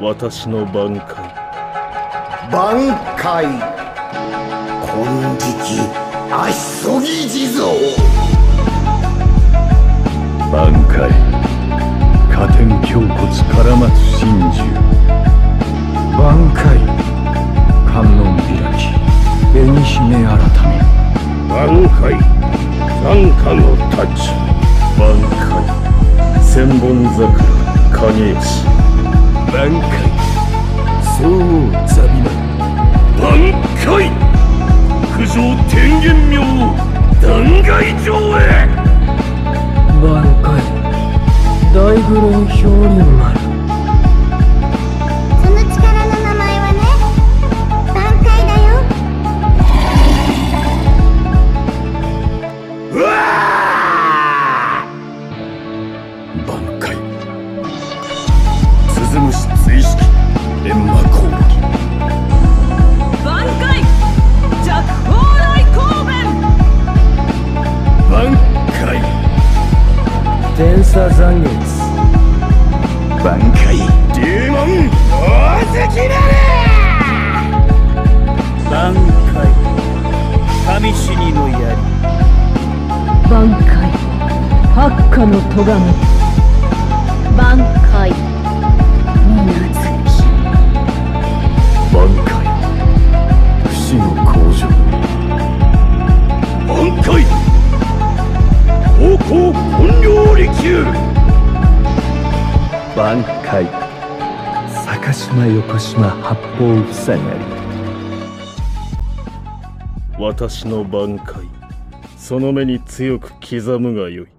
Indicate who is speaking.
Speaker 1: 私の挽回
Speaker 2: 挽回金色あっそぎ地蔵
Speaker 3: 挽回加点胸骨絡まつ真珠
Speaker 4: 挽回観音開き紅姫改め
Speaker 5: 挽回残花の太刀
Speaker 1: 挽回千本桜影石
Speaker 6: 挽回総王ザビ
Speaker 5: マン挽回九条天元明断崖上へ
Speaker 7: 挽回大愚論氷流丸
Speaker 8: その力の名前はね挽回だよ
Speaker 3: 挽回鈴虫追式閻魔攻撃
Speaker 9: 挽回弱砲来公弁
Speaker 3: 挽回
Speaker 7: 天差残月
Speaker 3: 挽回
Speaker 5: デーモン大好き
Speaker 10: な挽回神死にの槍
Speaker 11: 挽回八火の咎め
Speaker 12: 挽回水
Speaker 3: 挽回不死の工場
Speaker 5: 挽回高校本領力球
Speaker 3: 挽回坂島横島八方塞がり
Speaker 1: 私の挽回その目に強く刻むがよい